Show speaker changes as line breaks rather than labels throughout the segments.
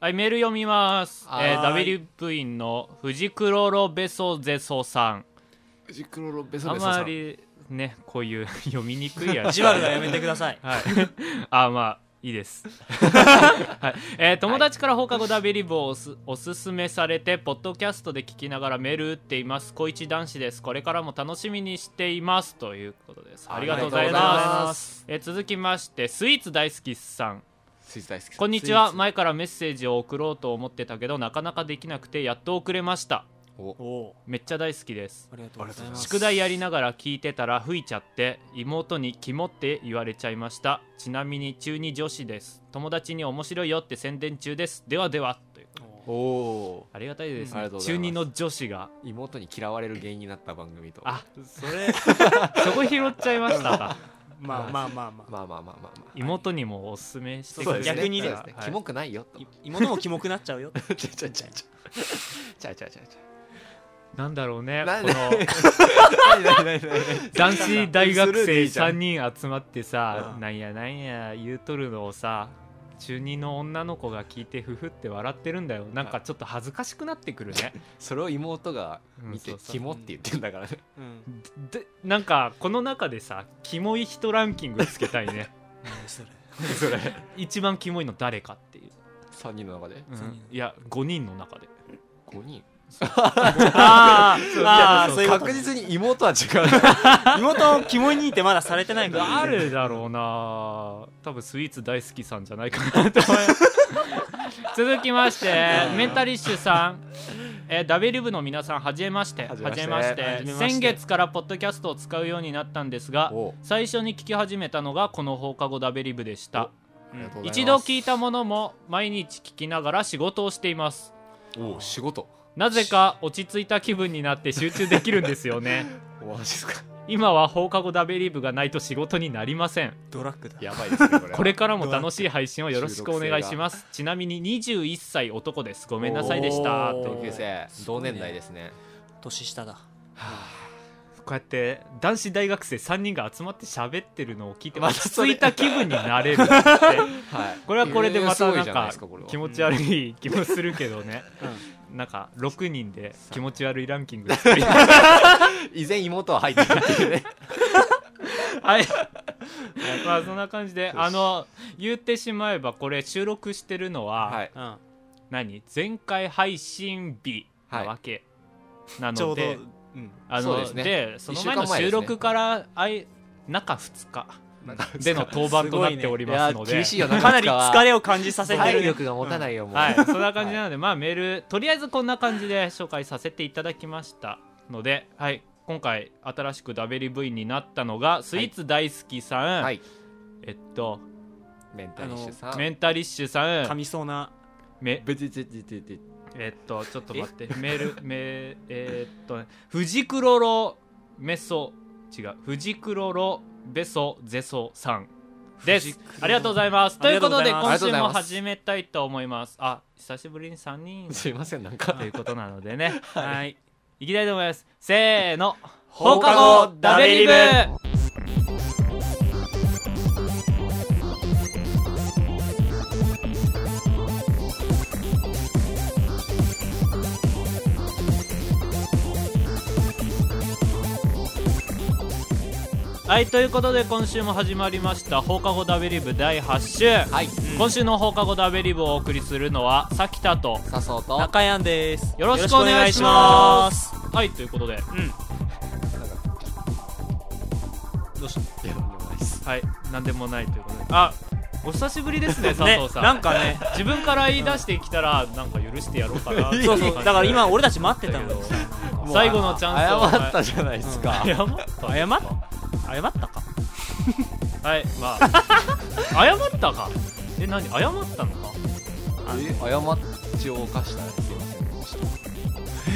はい、メール読みます。えー、
はー
W 部員の藤黒ロベソゼソさん。
ジクロロベソ
あ
ベソさん
まりね、こういう読みにくいや つ。
じわるのやめてください
はい。あ、まあ、いい です。はい。えー友達から放課後ダビリブをおすおすすめされて、ポッドキャストで聞きながらメール打っています。小一男子です。これからも楽しみにしています。ということです。ありがとうござい
ありがとうござい
ま。
ます
えー続きまして、スイーツ大好きさん。
スイーツ大好き
こんにちは。前からメッセージを送ろうと思ってたけど、なかなかできなくて、やっと送れました。
おお
めっちゃ大好きです。
ありがとうございます
宿題やりながら聞いてたら吹いちゃって妹に「キモ」って言われちゃいましたちなみに中二女子です友達に面白いよって宣伝中ですではではという
おお
ありがたいです,、
うんありがとうござ
中
います
二の女子が
ー妹に嫌われる原因になった番組と
あそれ そこ拾っちゃいました か
まあまあまあまあ
まあまあまあまあまあ
妹にもおすすめして
そうですね
逆
逆
に
に
ね
ね
そうですね
はい
キモくないよと
い妹もキモくなっちゃうよ
ちゃちゃちゃちゃちゃちゃちゃち
なんだろうね
なん
こ
で
の男子大学生3人集まってさ
うん
なんやなんや言うとるのをさ中二の女の子が聞いてふふって笑ってるんだよなんかちょっと恥ずかしくなってくるね
ゃそれを妹が見
うん
て
そうそう
キモって言ってんだからね
うん
でなんかこの中でさキモい人ランキングつけたいね
何 それ
それ
一番キモいの誰かっていう、
3人の中で
うん
三人
いや5人の中で
5人
あ ー
あーそういうこと
確実に妹は違う
妹をキモいにってまだされてないから
誰だろうな多分スイーツ大好きさんじゃないかなと思います続きましてメンタリッシュさんえー、ダベリブの皆さんはじめまして
はじめまして
はじめまして先月からポッドキャストを使うようになったんですが
お
最初に聞き始めたのがこの放課後ダベリブでした
ありがとうございます
一度聞いたものも毎日聞きながら仕事をしています
おう仕事
なぜか落ち着いた気分になって集中できるんですよ ね
おマジですか
今は放課後ダベリブがないと仕事になりません
ドラッグだ
やばいですねこれは
これからも楽しい配信をよろしくお願いしますちなみに21歳男ですごめんなさいでした
おー
という
同級生
す
同
ごいね
年代ですね
年下だ
こうやって男子大学生3人が集まって喋ってるのを聞いて
ま
落
た
ち
そ
着
れ
いた気分になれるって
はい
これはこれでまた
い
な
や
ん
すごいじゃい
か
ですこれは
気持ち悪い気もするけどね
うん
なんか6人で気持ち悪いランキング作り
依然妹は入ってるっていうね
はい。 まあそんな感じで、あの、言ってしまえばこれ収録してるのは、
はい
うん
何前回配信日なわけな
ちょ
の
うど
で、
うん
あ
そう
の、
ですね
で、その前
一
の
週間前で
収
すね
録から、あい中2日
なんか
での登板となっており
い
ま
や
すので、
厳しいよ
かなり疲
れ
れを感じさせて
体
る
力が持たないよもう
はい、そんな感じなので、まあメール、とりあえずこんな感じで紹介させていただきましたので、はい、今回新しく WV になったのが、スイーツ大好きさん、
はい
えっと、
メンタリッシュさん
メンタリッシュさ
噛
ん、
みそうな
め
ブチチチチチ
えっとちょっと待ってメールメーえーっとね藤クロロメソ違う藤クロロベソゼソさんで
藤
す
黒
ありがとうございますということで
ありがとうござい
今
ます
週も始めたいと思いますあ久しぶりに3人
すいませんなんか
ということなのでねはいいきたいと思いますせーの
放課後ダベリブ
はいということで今週も始まりました放課後ダベリブ第8週、
はい
今週の放課後ダベリブをお送りするのはさきたと
笹生と
中山です
よろしくお願いします
よろしく
はいということで
お願いしますうんどうした
いやとんでもないです
はいなんでもないということであお久しぶりですね佐藤さん、
ねなんかね
自分から言い出してきたらなんか許してやろうかな
そうそうだから今俺たち待って
だ
た
け
の
ど
よ
最後のチャンスを
謝ったじゃないですか
謝った
謝っ謝ったか
はいまあ 謝ったかえ何謝ったのか
え過ちを犯したらすいませ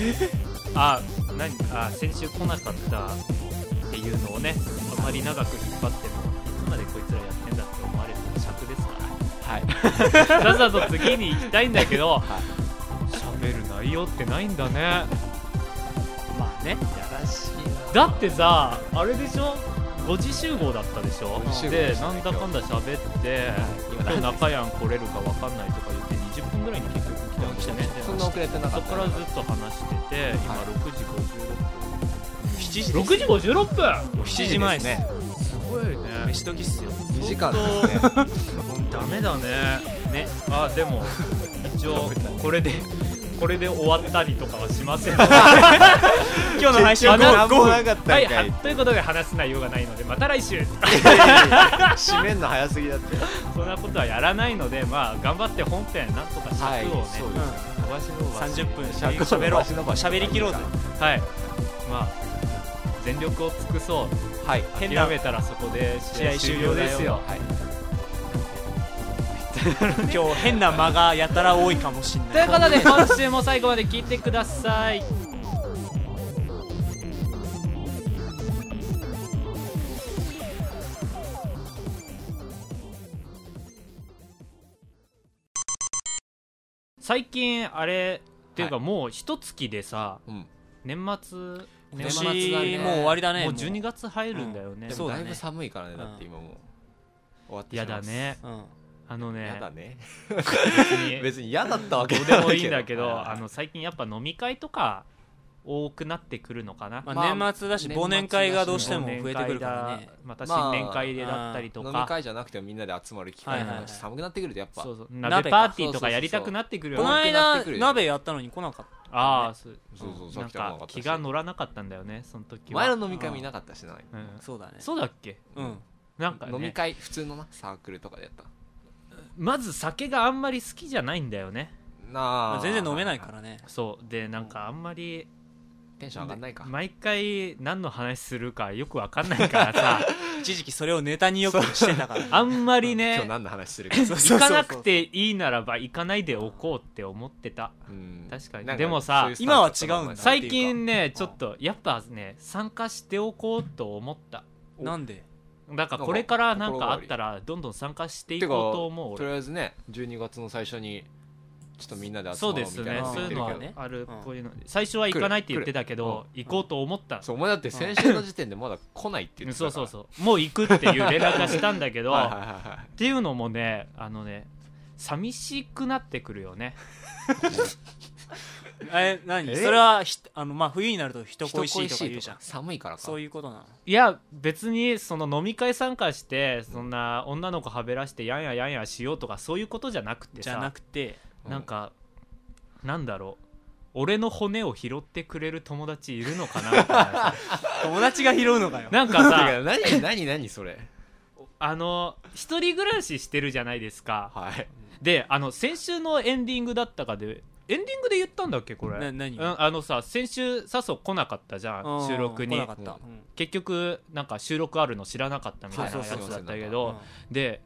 んでした
あ何あ先週来なかったっていうのをねあまり長く引っ張ってもいつまでこいつらやってんだって思われるのも尺ですか
はい
らさっさと次に行きたいんだけど
は
喋る内容ってないんだね
まあね
やらしい
だってさあれでしょ5時集合だったでしょ
5時集合
で
でした
な
ね
んだかんだ喋って今日中やん来れるか分かんないとか言って20分ぐらいに結してね
そんな遅れてなか
そ
った
こからずっと話してて今
はい
6時
7時
56分、6時56分
もう7時前ですね
すごいね
飯時っすよ
2時間ですね
ダメだね
ね
あでも一応これでこれで終わったりとかはしませ ん
今日の配信
結局
は
何もなかった
は
ん
い
か
はいいということで話す内容がないのでまた来週
締めんの早すぎだって
そんなことはやらないのでまあ頑張って本編なんとか尺
はい
をね、
そう
うん
伸ばし伸ばし
30分しゃ
尺を
べろう
伸ばし伸ばし
しゃべりきろうぜ
はいまあ全力を尽くそう
はい
諦
変な
めたらそこで試合終
試合終
了
了
で
ですす
よ
よ
はい
今日変な間がやたら多いかもしん
とい
な
う
い
ことで今週も最後まで聞いてください最近あれっていうかもう一月でさ
うん
年末
年
年
始
末だね
もう終わりだね
もう12月入るんだよね
で
そ
も
うだ
だ
ね
いぶ寒いからねだって今もう終わってし
や
まい
だ
ます
ね
うん
あのね
やだね
別に
別に嫌だったわけ
ど
じ
う
ゃ
で
な
も
い
いい
け
ん
ど
だけどあの最近やっぱ飲み会とか多くなってくるのかな、
ま
まあ
あ年末だし
年末
忘
だし
年会がどう
ど
しても増えてくるか
忘年
ら
会
ね
だまた新年会で
まあ
だったりとか、
飲み会じゃなくてもみんなで集まる機会と
はいはい
か
はい
寒くなってくるとやっぱ
そうそう
鍋か
鍋パーティーとかやりたくなってくるよ
こ
ね
の
なっ
間
てくるよ
鍋やったのに来なかっ
ああそう
そうそうさ
な
っ
ん
きとか
か
も分かったし
気が乗らなかったんだよねその時は
前の飲み会もいなかったしな
う
た
ん、
そうだね
そうだっけ
うん
なんか、ね、
飲み会普通のなサークルとかでやった
まず酒があんまり好きじゃないんだよね
なあ
全然飲めないからね
そうでなんかあんまり
テンション上がんないか
毎回何の話するかよくわかんないからさ
一時期それをネタによくしてたから
あんまり
今日
ね
何の話す るかう
行かなくていいならば行かないでおこうって思ってた
ん
確かに
なん
でもさ
そういうスタンスだった
今は違うんだ
な
最近ね
ん
ちょっとやっぱね参加しておこうと思った
なんで
だからこれからなんかあったらどんどん参加していこうと思う
と
俺
りあえずね12月の最初にちょっとみんなで集
そう
まろうみ
です
たい
ね
な
こ
そ
こと
ういうの
言ってるけ
は
ど
ね
ある
うん
こういうの最初は行かないって言ってたけど行こうと思った
そうお前だって先週の時点でまだ来ないって言ってた
そ
か
う
ら
そうそうもう行くっていう連絡がしたんだけど
はいはい
っ
はいはい
ていうのもねあのね寂しくなってくるよね
え何
え
それはひあのまあ冬になると人
人
恋
恋
し
し
い
い
と
と
か
か
言うじゃん
寒いからか
そういうことなの
いや別にその飲み会参加してそんな女の子はべらしてやんややんやしようとかそういうことじゃなくてさ
じゃなくて
うん
なんか、なんだろう俺の骨を拾ってくれる友達いるのかなみたいなさ
友達が拾うのかよ
なんか
だから
さ
何何何それ
あの一人暮らししてるじゃないですか
はい
であの先週のエンディングだったかでエンディングで言ったんだっけこれ
な何
うん、あのさ先週さそ来なかったじゃ
うん
ん収録
来
に
なかった
う
うん
結局なんか収録あるの知らなかったみたいなやつだ
そうそうそう
ったけ
そ
どで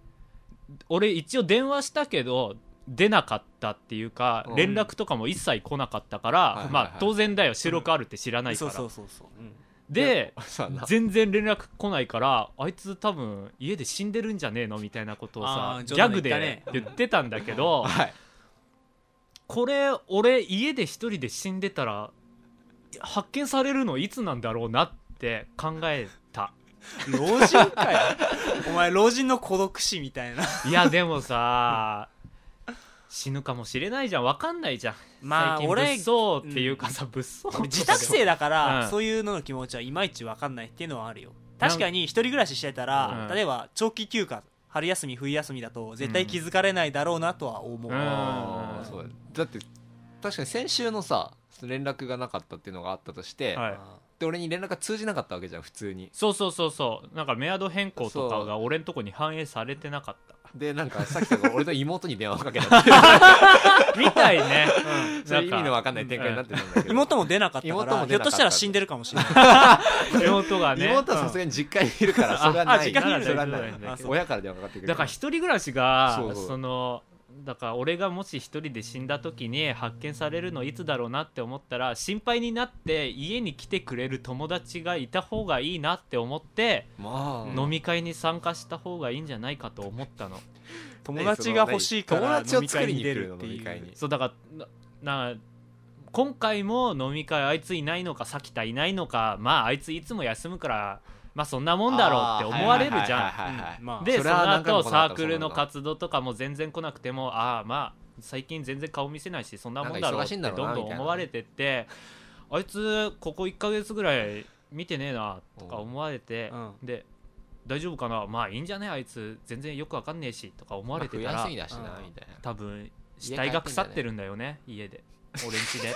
俺一応電話したけど出なかったっていうか
うん
連絡とかも一切来なかったか
はいはい
ら
はい
まあ当然だよ収録あるって知ら
う
ない
ん
か
そう
ら
そうそうそううん
で
さな
全然連絡来ないからあいつ多分家で死んでるんじゃねえのみたいなことをさ
あー
ギ
冗
ャ
談
グ
で言った
で
ね
言ってたんだけど
はい
これ俺家で一人で死んでたら発見されるのいつなんだろうなって考えた
老人かよお前老人の孤独死みたいない
やでもさ死ぬかもしれないじゃん分かんないじゃん
まあ
最近
俺
物騒っていうかさ、物騒
自宅生だか
うん
らそういうのの気持ちはいまいちわかんないっていうのはあるよ確かに一人暮らししてたら
うん
例えば長期休暇春休み冬休みだと絶対気づかれないだろうなとは思う、
うん
あーそうだだって確かに先週のさその連絡がなかったっていうのがあったとして、
はい
で俺に連絡が通じなかったわけじゃん普通に
そうそうそうそうなんかメアド変更とかが俺んとこに反映されてなかっ
でなんかさっきから俺の妹に電話をかけたって
たみたいね、
そういう意味のわかんない展開になってたんだけど、
妹も出なかったか
妹
ら
も
ひ
出
ょっ
なかった
としたら死んでるかもしれない
うん妹がね
妹はさすがに実家にいるからそれは
ああ
ない
実家にいる
それは
そ
な
う
い
だよね
親から電話かかってくる
だから一人暮らしが
そ
そう
そう
のだから俺がもし一人で死んだ時に発見されるのいつだろうなって思ったら心配になって家に来てくれる友達がいた方がいいなって思って、
まあ
飲み会に参加した方がいいんじゃないかと思ったの
友達が欲しいから
友達
飲
を
み
作
会
り
に
に
出
来る
るっ
の
て
飲み
い
会
う
に
そうだからなな今回も飲み会あいついないのかさきたいないのかまああいついつも休むからまあそんなもんだろうって思われるじゃん
あーはいはいはいはいはい
うんまあ
で
そ
そ
れ
の
は何回も
後
来なか
サ
った
ークルの
そんなの
活動とかも全然来なくてもああまあ最近全然顔見せないしそんなもん
な
だ
ん
ろ
か
う
忙
っ
していんだ
ど
ろうなん
どん
みたいな
思われてってあいつここ1ヶ月ぐらい見てねえなとか思われて
うん
で大丈夫かなまあいいんじゃねあいつ全然よくわかんねえしとか思われてた
まあ
ら
食いやすいだしな
うん
みたいな
多分死体が腐ってるんだよね家で俺ん家で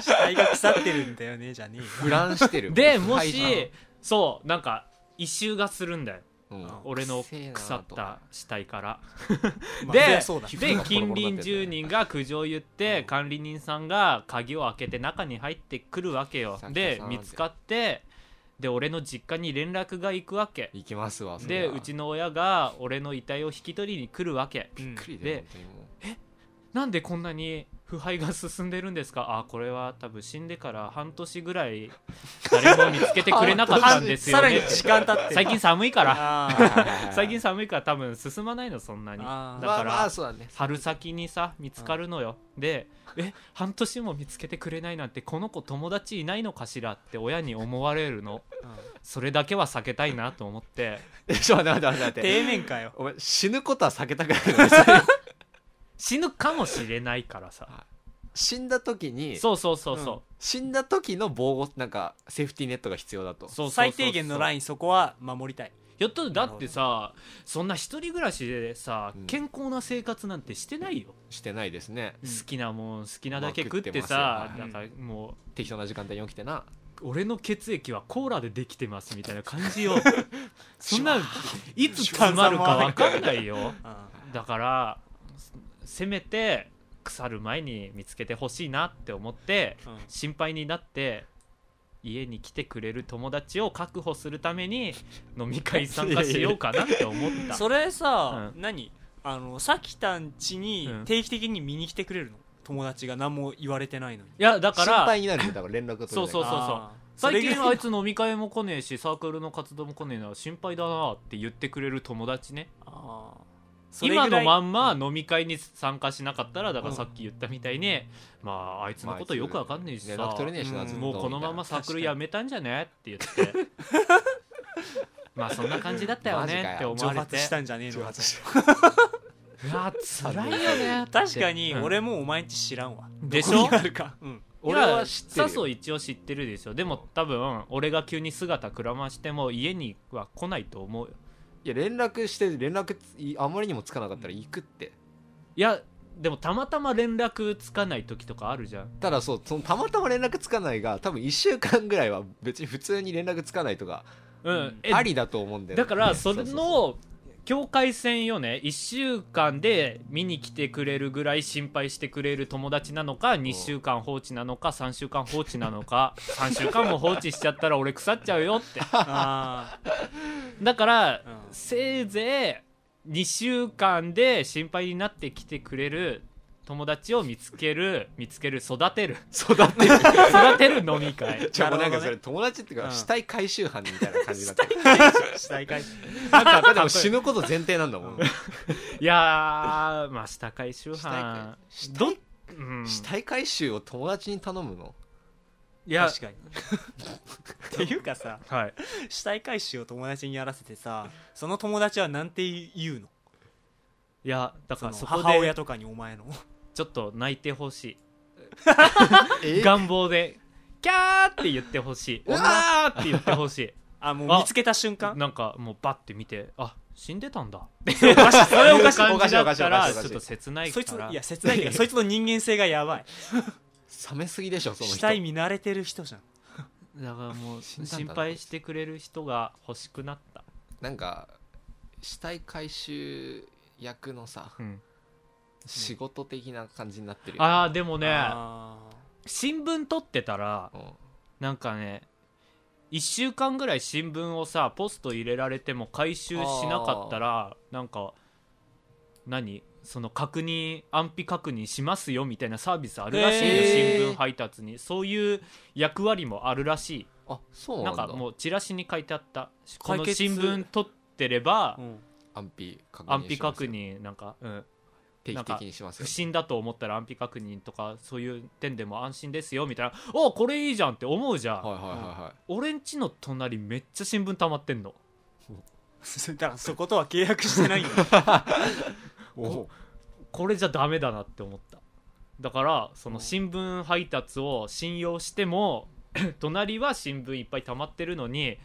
死体が腐ってるんだよねじゃねえよ
フランしてる
でも
廃
しそうなんか異臭がするんだよ
盤うん
俺の
くせえなと
腐った死体から
まあそり
で
ゃそう だ
で近隣住人が苦情を言って管理人さんが鍵を開けて中に入ってくるわけよ
さっき
で
さん
見つかってで俺の実家に連絡が行くわけ
行きますわそり
で
ゃ
うちの親が俺の遺体を引き取りに来るわけ
うん
びっくり
で
で本当にもう
なんでこんなに腐敗が進んでるんですかあ これは多分死んでから半年ぐらい誰も見つけてくれな かったんですよ
さらに
ね
時間経って
最近寒いから
あー
最近寒いから多分進まないのそんなにだ
あー
か
まあ
ら
まあそう だね
春先にさ見つかるのよ、でえ半年も見つけてくれないなんてこの子友達いないのかしらって親に思われるの
うん
それだけは避けたいなと思って
えちょ待って待って待って待って
底面かよ
お前死ぬことは避けたくないのに
死ぬかもしれないからさ
死んだ時に
そうそうそうそう、
うん
死んだ時の防護なんかセーフティーネットが必要だと
そうそうそうそう
最低限のラインそこは守りたい
ひょっとだってさそんな一人暮らしでさ
うん
健康な生活なんてしてないよ、
してないですね
うん
好きなもん好きなだけ
まあ
食って
食
さ
って
ます
な
よ
んかもう
適当な時間帯に起きてな
俺の血液はコーラでできてますみたいな感じよそんないつ詰まるか分かんないよ
うん
だからせめて腐る前に見つけてほしいなって思って
うん
心配になって家に来てくれる友達を確保するために飲み会参加しようかなって思っ た
それさ
う
何あのさきたんちに
うん
定期的に見に来てくれるの友達が何も言われてないのに
いやだか
心
ら
配になるよだから連絡が取れないから
そうそうそう
あーそ
最
れぐらい
近あいつ飲み会も来ねえしサークルの活動も来ねえな心配だなって言ってくれる友達ね
あーそれぐら
今
い
のまんま飲み会に参加しなかったらだからさっき言ったみたいに、まああいつのことよくわかんねえしさ、
連絡取れねえしな、
うん
ずっと
もうこのままサークルやめたんじゃねって言って まあそんな感じだったよねって思
蒸
われ
発
て
したんじゃねえの
蒸
か
発し
うわ辛いよねって
確かに
うん
俺もお前んち知らんわ
でし
ど
ょ
こにあるか うん
俺は知ってるよ
笹生一応知ってるでしょでも多分俺が急に姿くらましても家には来ないと思うよ
いや連絡して連絡いあまりにもつかなかったら行くって
いやでもたまたま連絡つかない時とかあるじゃん
ただそうそのたまたま連絡つかないが多分1週間ぐらいは別に普通に連絡つかないとか
うん、
うん
え
ありだと思うんだよね、
だからそれ
うそうそう
の境界線よね1週間で見に来てくれるぐらい心配してくれる友達なのか2週間放置なのか3週間放置なのか3週間も放置しちゃったら俺腐っちゃうよって
あ
だから
ーうん
せいぜい2週間で心配になってきてくれる友達を見つける見つける育てる
育てる
育てる飲み会
じゃあもうなん
なるほど
か
ね
それ友達っていうか、
うん
死体回収班みたいな感じだった
死体回収
なんかだってもう死ぬこと前提なんだもん、
うん
いやーまあ下回周
死体回
波
死
ど
体、
うん、
死体回収を友達に頼むの
いや
確かに っていうかさ
はい
死体回収を友達にやらせてさその友達はなんて言うの
いやだ
そ
から
の
そこ
母
で
親とかにお前の
ちょっと泣いてほし
え
い願望でキャーって言ってほしいうう
わ
わーって言ってほしい
あもう
あ
見つけた 瞬間
なんかもうバッて見てあ死んでたんだ
それ おかしいそれおかしい
感じだった
おかし
ら
いおかしいおかしい
ちょっと切ない
そ
か
いつ
ら
いや切な いけど そいつの人間性がやばい
冷めすぎでしょその人
死体見慣れてる人じゃん
だからもう
死んだんだな
心配してくれる人が欲しくなった
なんか死体回収役のさ
うん
仕事的な感じになってるよ、
あーでもね
あ
新聞取ってたら
うん
なんかね1週間ぐらい新聞をさポスト入れられても回収しなかったらなんか何その確認安否確認しますよみたいなサービスあるらしいよ、
へー
新聞配達にそういう役割もあるらし
あそう
い
な
なんん
だ
かもうチラシに書いてあったこの
解決
新聞取ってれば
ーうん
安否確認します
安否確認なんか、うん、
定期的にします
不
よ
審だと思ったら安否確認とかそういう点でも安心ですよみたいなおこれいいじゃんって思うじゃん、
はいはいはいはい
俺んちの隣めっちゃ新聞溜まってんの
だからそことは契約してないんだ
お
これじゃダメだなって思っただからその新聞配達を信用しても 隣は新聞いっぱい溜まってるのに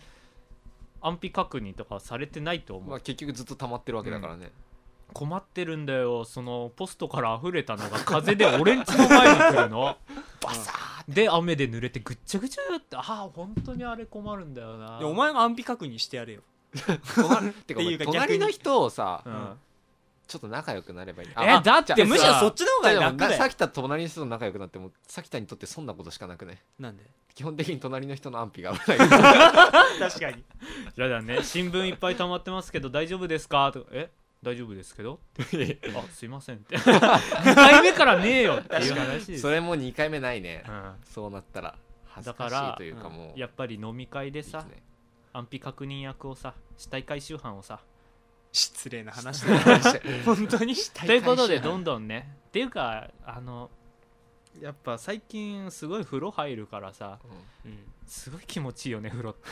安否確認とかされてないと思う、
まあ結局ずっと溜まってるわけだからね、
困ってるんだよそのポストから溢れたのが風で俺んちの前に来るの バサーってで雨で濡れてぐっちゃぐちゃってああ本当にあれ困るんだよな
でお前が安否確認してやれよ
隣てかお前
っていうか逆に
隣の人をさ、
うん
ちょっと仲良くなればいい
えだって
で
む
む
し
し
ろそ
ろそ
っ
っ
ち
ちの方が楽だ
さ
よ
きた隣の人と仲良くなってもさきたにとってそんなことしかなくね
なんで
基本的に隣の人の安否が危ないから
確かに
やだね新聞いっぱい溜まってますけど大丈夫ですかとかえ大丈夫ですけどってあすいませんって2回目からねえよっていう話です
それも2回目ないね、
うん
そうなったら恥ず
だ
かし
から
いというかもう
やっぱり飲み会で
いい
さ
ね
安否確認役をさ死体回収班をさ
失礼な話だよ 本当に
ということでどんどんねっていうかあのやっぱ最近すごい風呂入るからさ
うん
すごい気持ちいいよね風呂って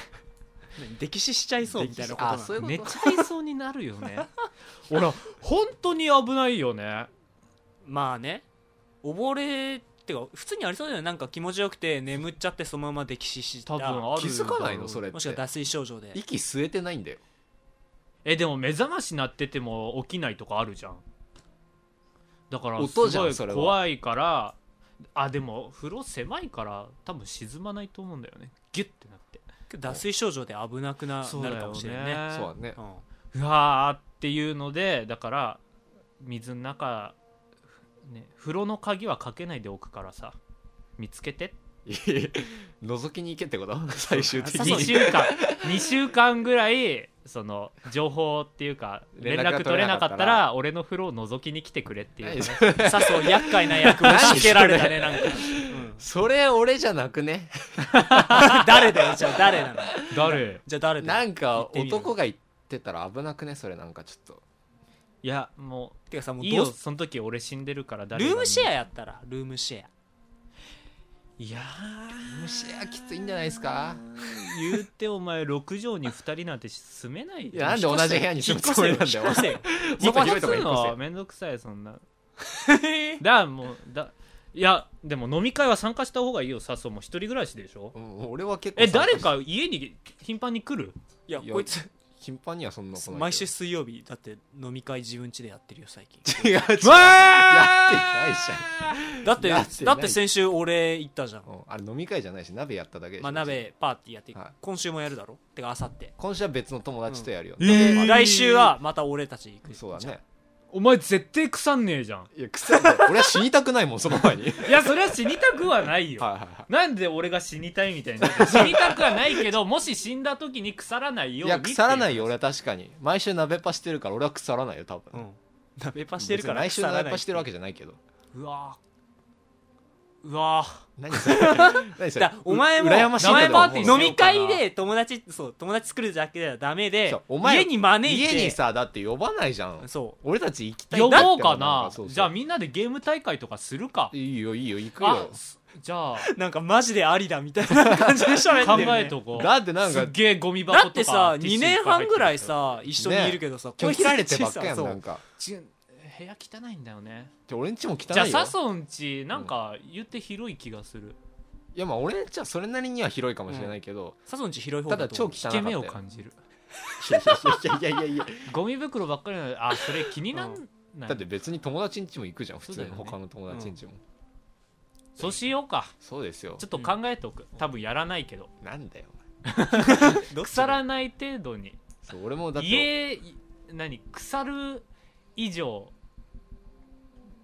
歴史しちゃいそうみたいなことな
あそう
の
いうこと
めっちゃいそうになるよね ほら本当に危ないよね
まあね溺れってか普通にありそうだよねなんか気持ちよくて眠っちゃってそのまま溺死した
多分ある
気づかないのそれっ
もしくは
て
脱水症状で
息吸えてないんだよ
えでも目覚まし鳴ってても起きないとかあるじゃんだからす
音じゃん
ご
そ
い
れは
怖いからあでも風呂狭いから多分沈まないと思うんだよねギュッてなって
脱水症状で危なくななるかもしれない ね
そうだね
うん
う わーっていうのでだから水の中、ね、風呂の鍵はかけないでおくからさ見つけて
覗きに行けってこと最終的
そう
2
に
週間2週間ぐらいその情報っていうか連
連絡
絡
が
取
取
れ
れ
な
な
か
か
っ
ったたら
ら俺の風呂を覗きに来てくれっていう話
さそう厄介な役を仕掛けられたねなんか、うん
それ俺じゃなくね
誰だよじゃあ誰なの
誰
じゃあ誰だ
な
よ
んか
行ってみる
男が言ってたら危なくねそれなんかちょっと
いやも
てかさも
う
う
いい
ど
よ
う
その時俺死んでるから誰
ル
が
ームシェアやったらルームシェア
いや
虫はきついんじゃないですか
ー言うてお前6畳に2人なんて住めない
いやなんで同じ部屋に住むつもりなんだよ
引っ越せ
そこ
よ
もっと広い
立
と
つ
こに
の
行
は
こ
めんどくさいそんな
引っ越せよ
だからもうだいやでも飲み会は参加した方がいいよさそうもう一人暮らしでしょ
ううん俺は結構
え誰か家に頻繁に来る
いや
いや
こいつ
頻繁にはそんなことないけど
毎週水曜日だって飲み会自分家でやってるよ最近
違う違うやって
ゃん
だって
やってない
だって先週俺行ったじゃん、
うんあれ飲み会じゃないし鍋やっただけでしょ
まあ、鍋パーティーやって、
はい
今週もやるだろてかあさって
今週は別の友達とやるよ、
うんえー
まあ
来週はまた俺たち行く
そうだ
じゃん
ね
お前絶対腐んねえじゃん
いや臭いんだよ俺は死にたくないもんその前にはい
いやそれは死にたくはないよ
はいは
なんで俺が死にたいみたいな 死にたくはないけどもし死んだ時に腐らない
い
よ
いう
に
や腐らないよ
って
俺は確かに毎週鍋パしてるから俺は腐らないよ多分、
うん鍋パしてるから
毎週
腐らない
鍋パしてるわけじゃないけど
ううわーうわー
何それ何それ
だからお前も
う羨ましいけど
名前パーティーしよ
飲
う
み会で友達そう友達作るだけではダメで
そうお前
家に招いて
家にさだって呼ばないじゃん
そ
俺たち行きたい
呼
んだって
ぼうか
ん
な
そうそう
じゃあみんなでゲーム大会とかするか
いいよいいよ行く
あ
よ
すじゃあ
うなんかマジでありだみたいな感じで喋って
考
る、ね、
えとこう
だってなん
す
か
っげえゴミ箱とか
だってさ
ティッシ
2
ュいっぱ
年
入
半
ってる
ぐらいさ一緒にいるけどさ、
拒
こいつ
否られてばっかやん
そう
なんか
ち部屋汚いんだよね
ちょ俺んちも汚いよ
じゃあサソンちなんか言って広い気がする、
いやまあ俺んちはそれなりには広いかもしれないけど、
サソンち広い方
た
だ
だ
と
超
思
汚
引
う
かった
け
よ
目を感じる
いやいやいやいや
ゴミ袋ばっかりなのであそれ気になんない、
だって別に友達んちも行くじゃん普
そう
通
だ
に
よね
他の友達んちも
そうしようか
そうですよ
ちょっと考えておく、多分やらないけど
なんだよ
どっち
腐らない程度に
そう俺もだって
家い何腐る以上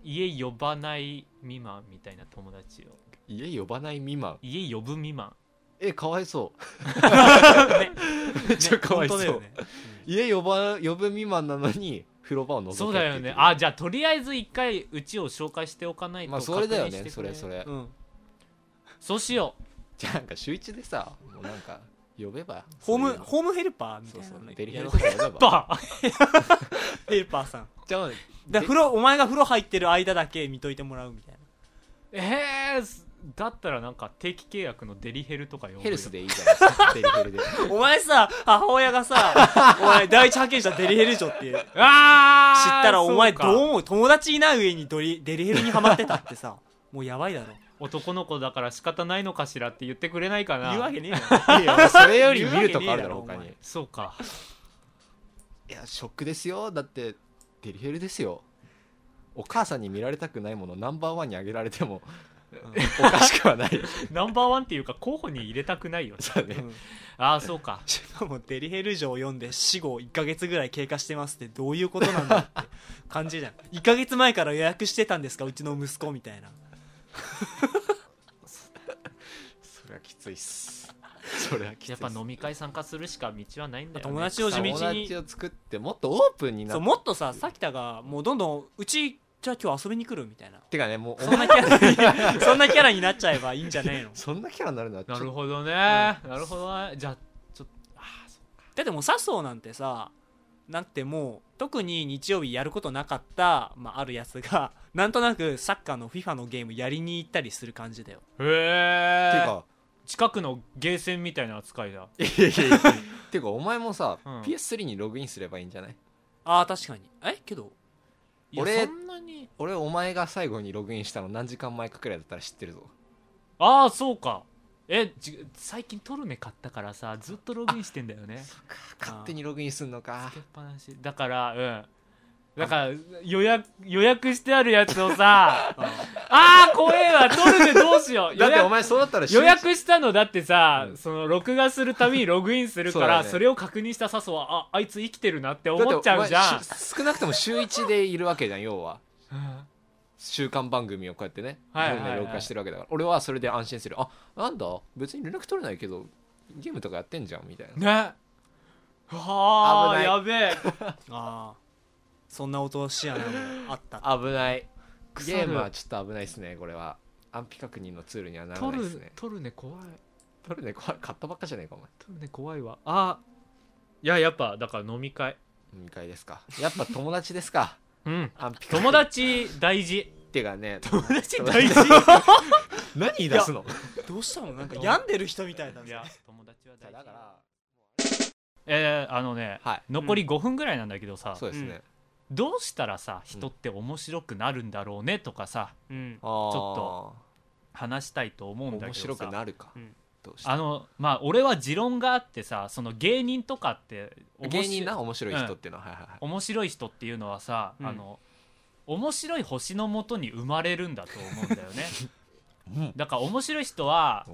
家呼ばない未満みたいな友達を
家呼ばない未満
家呼ぶ未 満
えかわいそう
めっ
ちゃかわいそう
だよね
家呼ば呼ぶ未満なのに風呂場を覗けって
そうだよねあじゃあとりあえず一回うちを紹介しておかないと
まあ
確認して
そ
くれ
れだよねそれそれ
うん
そうしよ
じゃあなんか週一でさもうなんか呼べば
ホーム
そういう
ホームヘルパーみた
そう
いな
そ
の
う
ね
デリヘ
やろ
ルとか呼べ
う
ば
バー
うヘルパーさん
じゃあ
だから風呂お前が風呂入ってる間だけ見といてもらうみたいな
えー、すだったらなんか定期契約のデリヘルとか呼ぶよ
ヘルスでいいじゃないですかデリヘルで
お前さ母親が さお前第一発見者デリヘル嬢って知っ
あー
たらお前
そ
ど
か
う思う友達いない上にドリデリヘルにハマってたってさもうやばいだろ
男の子だから仕方ないのかしらって言ってくれないかな
言うわけ ねえよ
いやそれより見るとかあるだろ
言うわけねえ
他
だろ
にい
そうか
やショックですよだってデリヘルですよお母さんに見られたくないものナンバーワンにあげられても、おかしくはない
ナンバーワンっていうか候補に入れたくない よね
そう
う
ね
ん
ああそうか
しかもデリヘル嬢を読んで死後1ヶ月ぐらい経過してますってどういうことなんだって感じじゃん1ヶ月前から予約してたんですかうちの息子みたいな
それはきついっすそれはきつい
やっぱ飲み会参加するしか道はないんだよ、ね、
友達を地道に
友達を作ってもっとオープンにな
そう
っ
もっとささきたがもうどんどんうちじゃあ今日遊びに来るみたいな
てかねもうお
そんなキャラに そんなキャラになっちゃえばいいんじゃないの
そんなキャラになるのはちょ
な
っ
る
と
ほどね、なるほどねじゃあちょっとああそ
だってもう笹生なんてさなんてもう特に日曜日やることなかった、まあ、あるやつがなんとなくサッカーの FIFA のゲームやりに行ったりする感じだよ
うへ
て
え
いうか
近くのゲーセンみたいな扱いだ
いやいやいやていうかお前もさ、
うん
PS3 にログインすればいいんじゃない
あー確かにえけど
いや
俺
そんなに
俺お前が最後にログインしたの何時間前かくらいだったら知ってるぞ
ああそうかえじ最近トルネ買ったからさずっとログインしてんだよね
勝手にログインすんのか
つけっぱなしだからうんだから予約予約してあるやつを さあー怖えわトルネどうしよう
だっ
予
てお
約
前そうだったら
予約したのだってさ、
うん
その録画するたびにログインするから
そうだ
そ,、
よね
れを確認した笹生はああいつ生きてるなって
だて
思っちゃうじ
お
ゃん
前し少なくとも週1でいるわけじゃん要は
うん
週刊番組をこうやってね
はいはい
本で録画してるわけだから俺はそれで安心するあなんだ別に連絡取れないけどゲームとかやってんじゃんみたいな
ねはあ
危ない
やべえ
ああそんな落とし穴もあった
危ない
腐
ゲ
る
ームはちょっと危ないですねこれは安否確認のツールにはなら
ト
ないで
ル
すね
トルネ怖い
取るねこれ買ったばっかじゃねえかお前
トルネ怖いわあいややっぱだから飲み会
飲み会ですかやっぱ友達で すか
うん
安否確認
友達大 事
っていうか ね
友達
大事何言い出すの
どうしたのなんか病んでる人みたいだ
い
ね
や友達は大事えー、あのね
はい
残り5分ぐらいなんだけどさ、
そうですね、
うん
どうしたらさ人って面白くなるんだろうねとかさ
うん
あー
ちょ話したいと思うんだ
面
けど
白
さ
くなるか、
うん
どうして
あのまあ俺は持論があってさその芸人とかって面白
芸人な面白い人っていうのは、はいはいはい
面白い人っていうのはさ、
うん
あの面白い星のもとに生まれるんだと思うんだよ ね
うん
だから面白い人は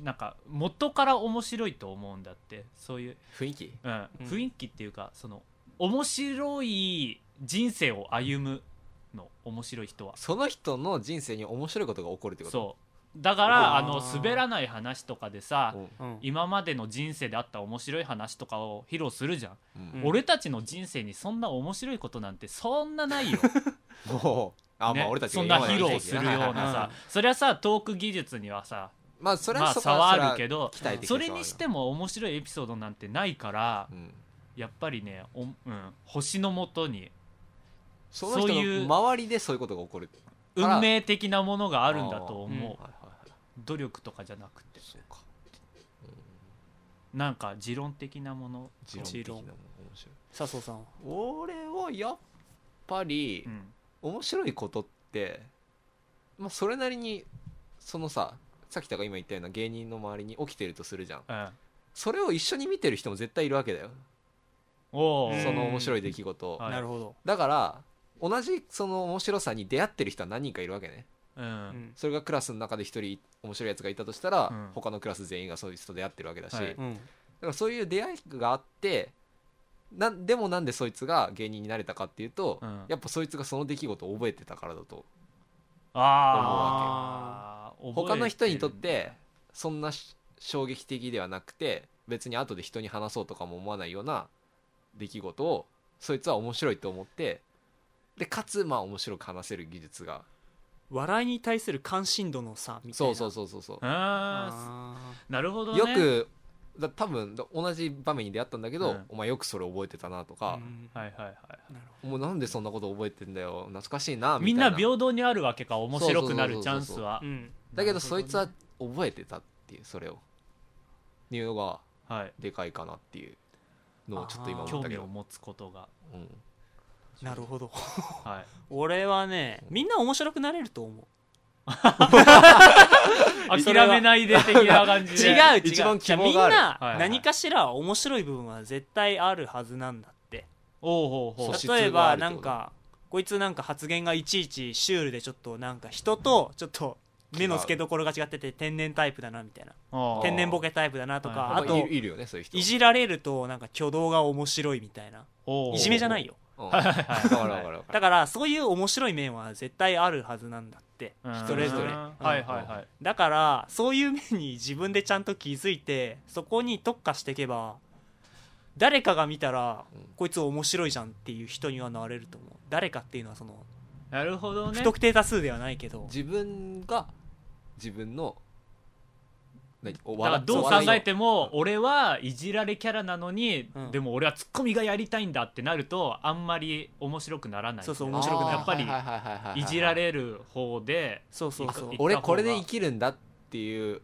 なんか元から面白いと思うんだってそういう、
雰囲気
うん
うん
雰囲気っていうかその面白い人生を歩むの面白い人は
その人の人生に面白いことが起こるってこ
そ
と
うだからあ
あー
の滑らない話とかでさ
う
う
ん
ん
今までの人生であった面白い話とかを披露するじゃん、
うん
俺たちの人生にそんな面白いことなんてそんなないよ、
もう あ、
ね
まあ俺たちが
そんな
今ま
披
で生
露
き
す
てきた
るような
はいはいはい
さ
うん
そりゃさトーク技術にはさ
まあそれ
ま
は
あ
そこ
差
は
はあるけど
期待できる
それにしても面白いエピソードなんてないから
それはうん
やっぱりねお、うん、星のもとに
その
そう
人
いう
の周りでそういうことが起こるあら
運命的なものがあるんだと思う、
あ
はいはいはい
努力とかじゃなくて
そうか
なんか持論的なもの、
持論的なもの面白い
笹生さんは
俺はやっぱり
うん、
面白いことって、まあ、それなりにそのささきたが今言ったような芸人の周りに起きてるとするじゃん
うん、
それを一緒に見てる人も絶対いるわけだよ
おお、
うん
その面白い出来事を
はい
なるほど
だから同じその面白さに出会ってる人は何人かいるわけね
うん
うん
それがクラスの中で一人面白いやつがいたとしたら、
うん
他のクラス全員がそういう人と出会ってるわけだし、
はい
だ
うん
からそういう出会いがあってなんでもなんでそいつが芸人になれたかっていうと、
うん
やっぱそいつがその出来事を覚えてたからだと
ああ
他の人にとってそんなし衝撃的ではなくて別に後で人に話そうとかも思わないような出来事をそいつは面白いと思ってでかつまあ面白く話せる技術が
笑いに対する関心度の差みたい
そ
な
うそう
う
そうそうそう
あー
あ
なるほどね
よくだ多分だ同じ場面に出会ったんだけど、
うん
お前よくそれ覚えてたなとか、
はいはいはい
なるほ
もうなんでそんなこと覚えてんだよ懐かしいな
み
み
ん
たい
な
な
平等にあるわけか面白くなるチャンスは
どうん
だけど
なるほどね
そいつは覚えてたっていうそれをっていうのが
はい
でかいかなっていうのをちょっと今思
興
ったけ
味を
ど、
持つことが
うん、
なるほど
はい
俺はねみんな面白くなれると思うそ
諦
れは
めないで的な感じで
違う違う
一番
じ
希
ゃあみ
望
ん
がある
な
はいはい
何かしら面白い部分は絶対あるはずなんだって
おうほうほ
素
う
質
例え
が
ば
あるって
な
こと
んかこいつなんか発言がいちいちシュールでちょっとなんか人とちょっと目の付けどころが違ってて天然タイプだなみたいな
ああ
天然ボケタイプだなと
は
か
い
あ
まい
と
るいるよねそういう人
いじられるとなんか挙動が面白いみたいな
おうおう
いじめじゃないよ
うんわかるわかるわかる
だからそういう面白い面は絶対あるはずなんだって
うん
それぞれ
はいはいはい
だからそういう面に自分でちゃんと気づいてそこに特化していけば誰かが見たら、
うん
こいつ面白いじゃんっていう人にはなれると思う誰かっていうのはその
なるほどね
不特定多数ではないけど
自分が自分の何お
だから
笑
どう考
笑いの
えても俺はいじられキャラなのに、
うん
でも俺はツッコミがやりたいんだってなるとあんまり面白くならない
そうそう面白くなる
やっぱり
あーはいはいはいはいはい
いじられる方で
そうそうそう
いく
俺これで生きるんだっていう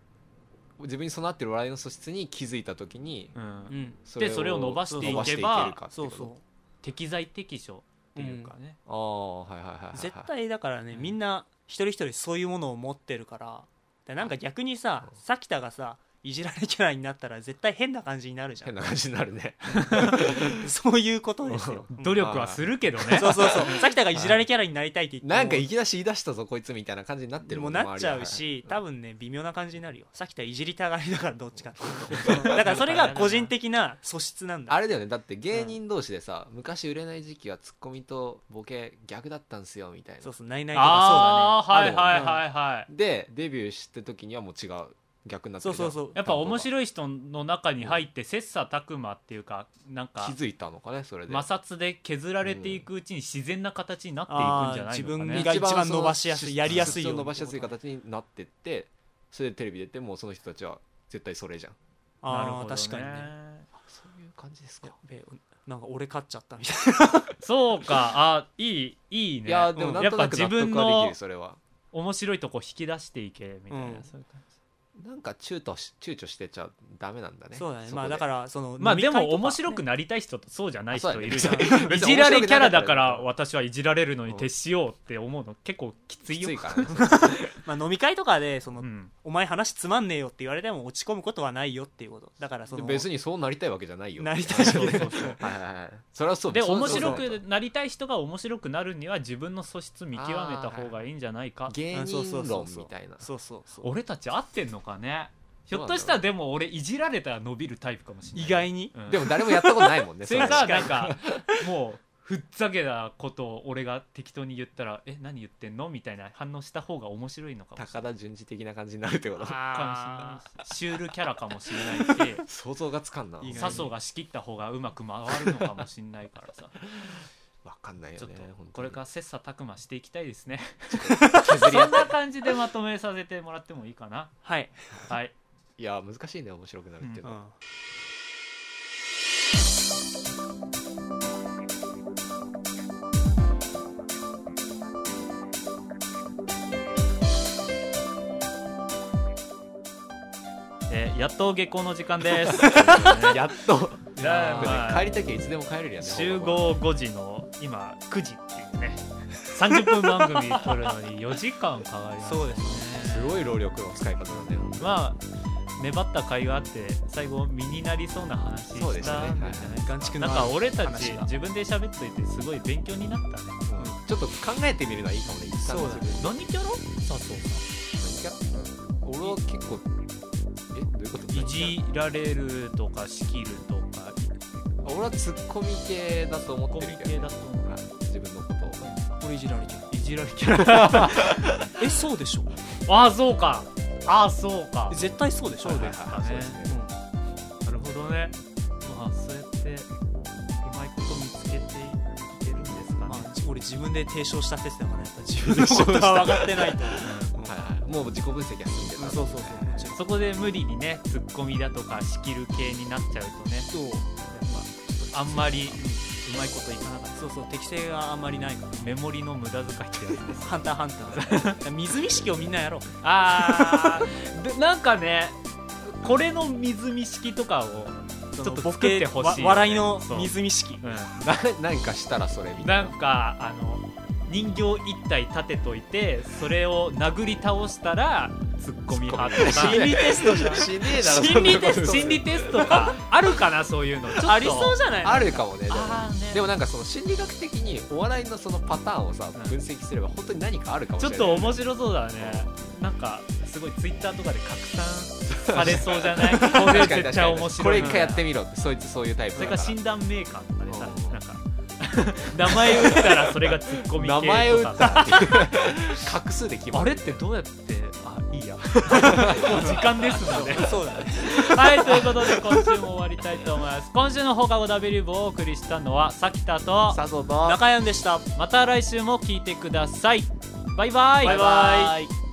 自分に備わってる笑いの素質に気づいた時に
うん
うん
でそれを伸ばしていけば
伸るかってこと
そうそ
適材適所っていうかね、
ああはいはいはいは
う
い
絶対だからねみんな一人一人そういうものを持ってるからでなんか逆にささきたがさいじられキャラになったら絶対変な感じになるじゃ
変
ん
な感じになるね
そういうことですようん
努力はするけどね、
そうそうそうさきたがいじられキャラになりたいって言っても
なんかいきなし言い出したぞこいつみたいな感じになってる
もう
ね
なっちゃうし多分ね微妙な感じになるよさっきといじりたがりだからどっちかっていう とだからそれが個人的な素質なんだ
あれだよねだって芸人同士でさ、昔売れない時期はツッコミとボケ逆だったんすよみたいな
そうそうないないとか
あ あはいはいはいはい、
でデビューした時にはもう違う逆になって
そうだねそうそう
る
そう
やっぱ面
い
白い人の中に入って切磋琢磨っていうかなんか
気づいたのかねそれで
摩擦で削られていくうちに自然な形になっていくんじゃないのか
あー自分
ね
磨が一番伸ばしやすい
その
やりやすいように
伸ばしやすい形になってってそれでテレビ出てもうその人たちは絶対それじゃん
あ
なる
あ、
ほどね
確かにね
そういう感じです
や
か
べえなんか俺勝っちゃったみたい
そうかあいいいいね
いやーでも
うん
なんとなく
や
納
っぱ自分
得はでき
の
るそれは
面白いとこ引き出していけみたいな、
うん
そういう感じ
なんか躊躇し躊躇してちゃダメなんだね
なそうだね
こ
まあ
で
だからその
まあでも面白く
な
なりたい人とそうじゃない
あ そう
人
だ
いる
ね
じゃんい
別に
じられキャラだから
面
私はいじられるのに徹しようって思うの結構きつい
き
よ
ついからね
まあ飲み会とかでその、
うん
お前話つまんねえよって言われても落ち込むことはないよっていうことだからそ
それ
の
別にそうなりたいわけじゃないよ
なりたい
そう
よ
そうそう
はいはいはいそれはそう
で
それは
面
そう
白くなりたい人が面白くなるには自分の素質見極めた方がいいんじゃないか
芸
うんそうそ
人
うそう
論
そう
みたいな
そうそうそう
俺たち合ってんのかねひ
そう
ょっ
なんだろ
と
う
したらでも俺いじられたら伸びるタイプかもしれない
意外に、
うん
でも誰もやったことないもんね
それ
れ
がなんかもうふっざけたことを俺が適当に言ったら「え何言ってんの?」みたいな反応した方が面白いのかもし
高田純次的な感じになるってこと
れ
あ
ないシュールキャラかもしれないし
想像がつかんな
意外
笹生が仕切った方がうまく回るのかもしれないからさ
わかんないよね
ちょっと
本当に
これから切磋琢磨していきたいですねそんな感じでまとめさせてもらってもいいかな
はい、
はい
いや難しいね面白くなるっていう
う
のは
ん
えーやっと下校の時間です
やっと
じゃあまあ
帰りたきゃいつでも帰れるやね
集合5時の今9時っていうね30分番組撮るのに4時間かかります
そうです
す
ね
ごい労力の使い方だね
まあ粘った甲斐があって最後身になりそうな話したん
そう
じ
で
ゃ
すね
ないかな
ガンチク
な
の
ん
あ
か
る
俺たち
話が
自分で喋っといてすごい勉強になったね
ちょっと考えてみるのはいいかもね一旦
そうだね
何キャラ佐藤さ
自分の俺は結構えどういうこと
んいじられるとか仕切るとか
俺はツッコミ系だと思
コ
っ
ミ
てるけ
系
ど
だと思う
はい自分のことを
俺いじられてる
いじられキャラ
えそうでしょ
ああそうかああそうか
絶対そうでしょ
そうですかね
そうですね
なるほどねまあそうやってうまいこと見つけていけるんですか
ま
ね
あ、俺自分で提唱した説だからやっぱ自分のことは分かってないと
はいはいもう自己分析は済んでた
そうそうそうもちろん
そこで無理にねツッコミだとか仕切る系になっちゃうとね
そう
あんまりうまいこといかなかった
そうそう適性があんまりないから
メモリの無駄遣いってやつです
ハンターハンター水見識をみんなやろう
あーでなんかねこれの水見式とかを、
ちょ
ちょっと作ってほしいよね
笑いの
そう
水見識
う
な何かしたらそれみたい
ん、
な
なんかあの人形一体立てといてそれを殴り倒したらツッコミ派とか
心理
テストじゃん
しねえだろ
心理テ
そ
スト
んなこと
心理テストかあるかなそういうのちょっと
ありそうじゃない
あるかもねでも
あーね
でもなんかその心理学的にお笑いのそのパターンをさ
ん
分析すれば本当に何かあるかもし
ちょ
れ
っ
ない
と面白そうだねなんかすごいツイッターとかで拡散されそうじゃないこれ
確かに
絶
確
対
か
面白
に
い
これ一回やってみろってそいつそういうタイプ
それ
だ
か
からら
診断メーカーとかでさ
うん
なんか名前打ったらそれがツッコミ系と
名
か
前を打ったっていう画数で決ま
あ
る
れってどうやってあいいやもう時間ですもんね
そうだね
はいということで今週も終わりたいと思います今週の放課後 W 部をお送りしたのはさきたと
さぞと
中山でした
また来週も聞いてくださいバイバイ
バイバイ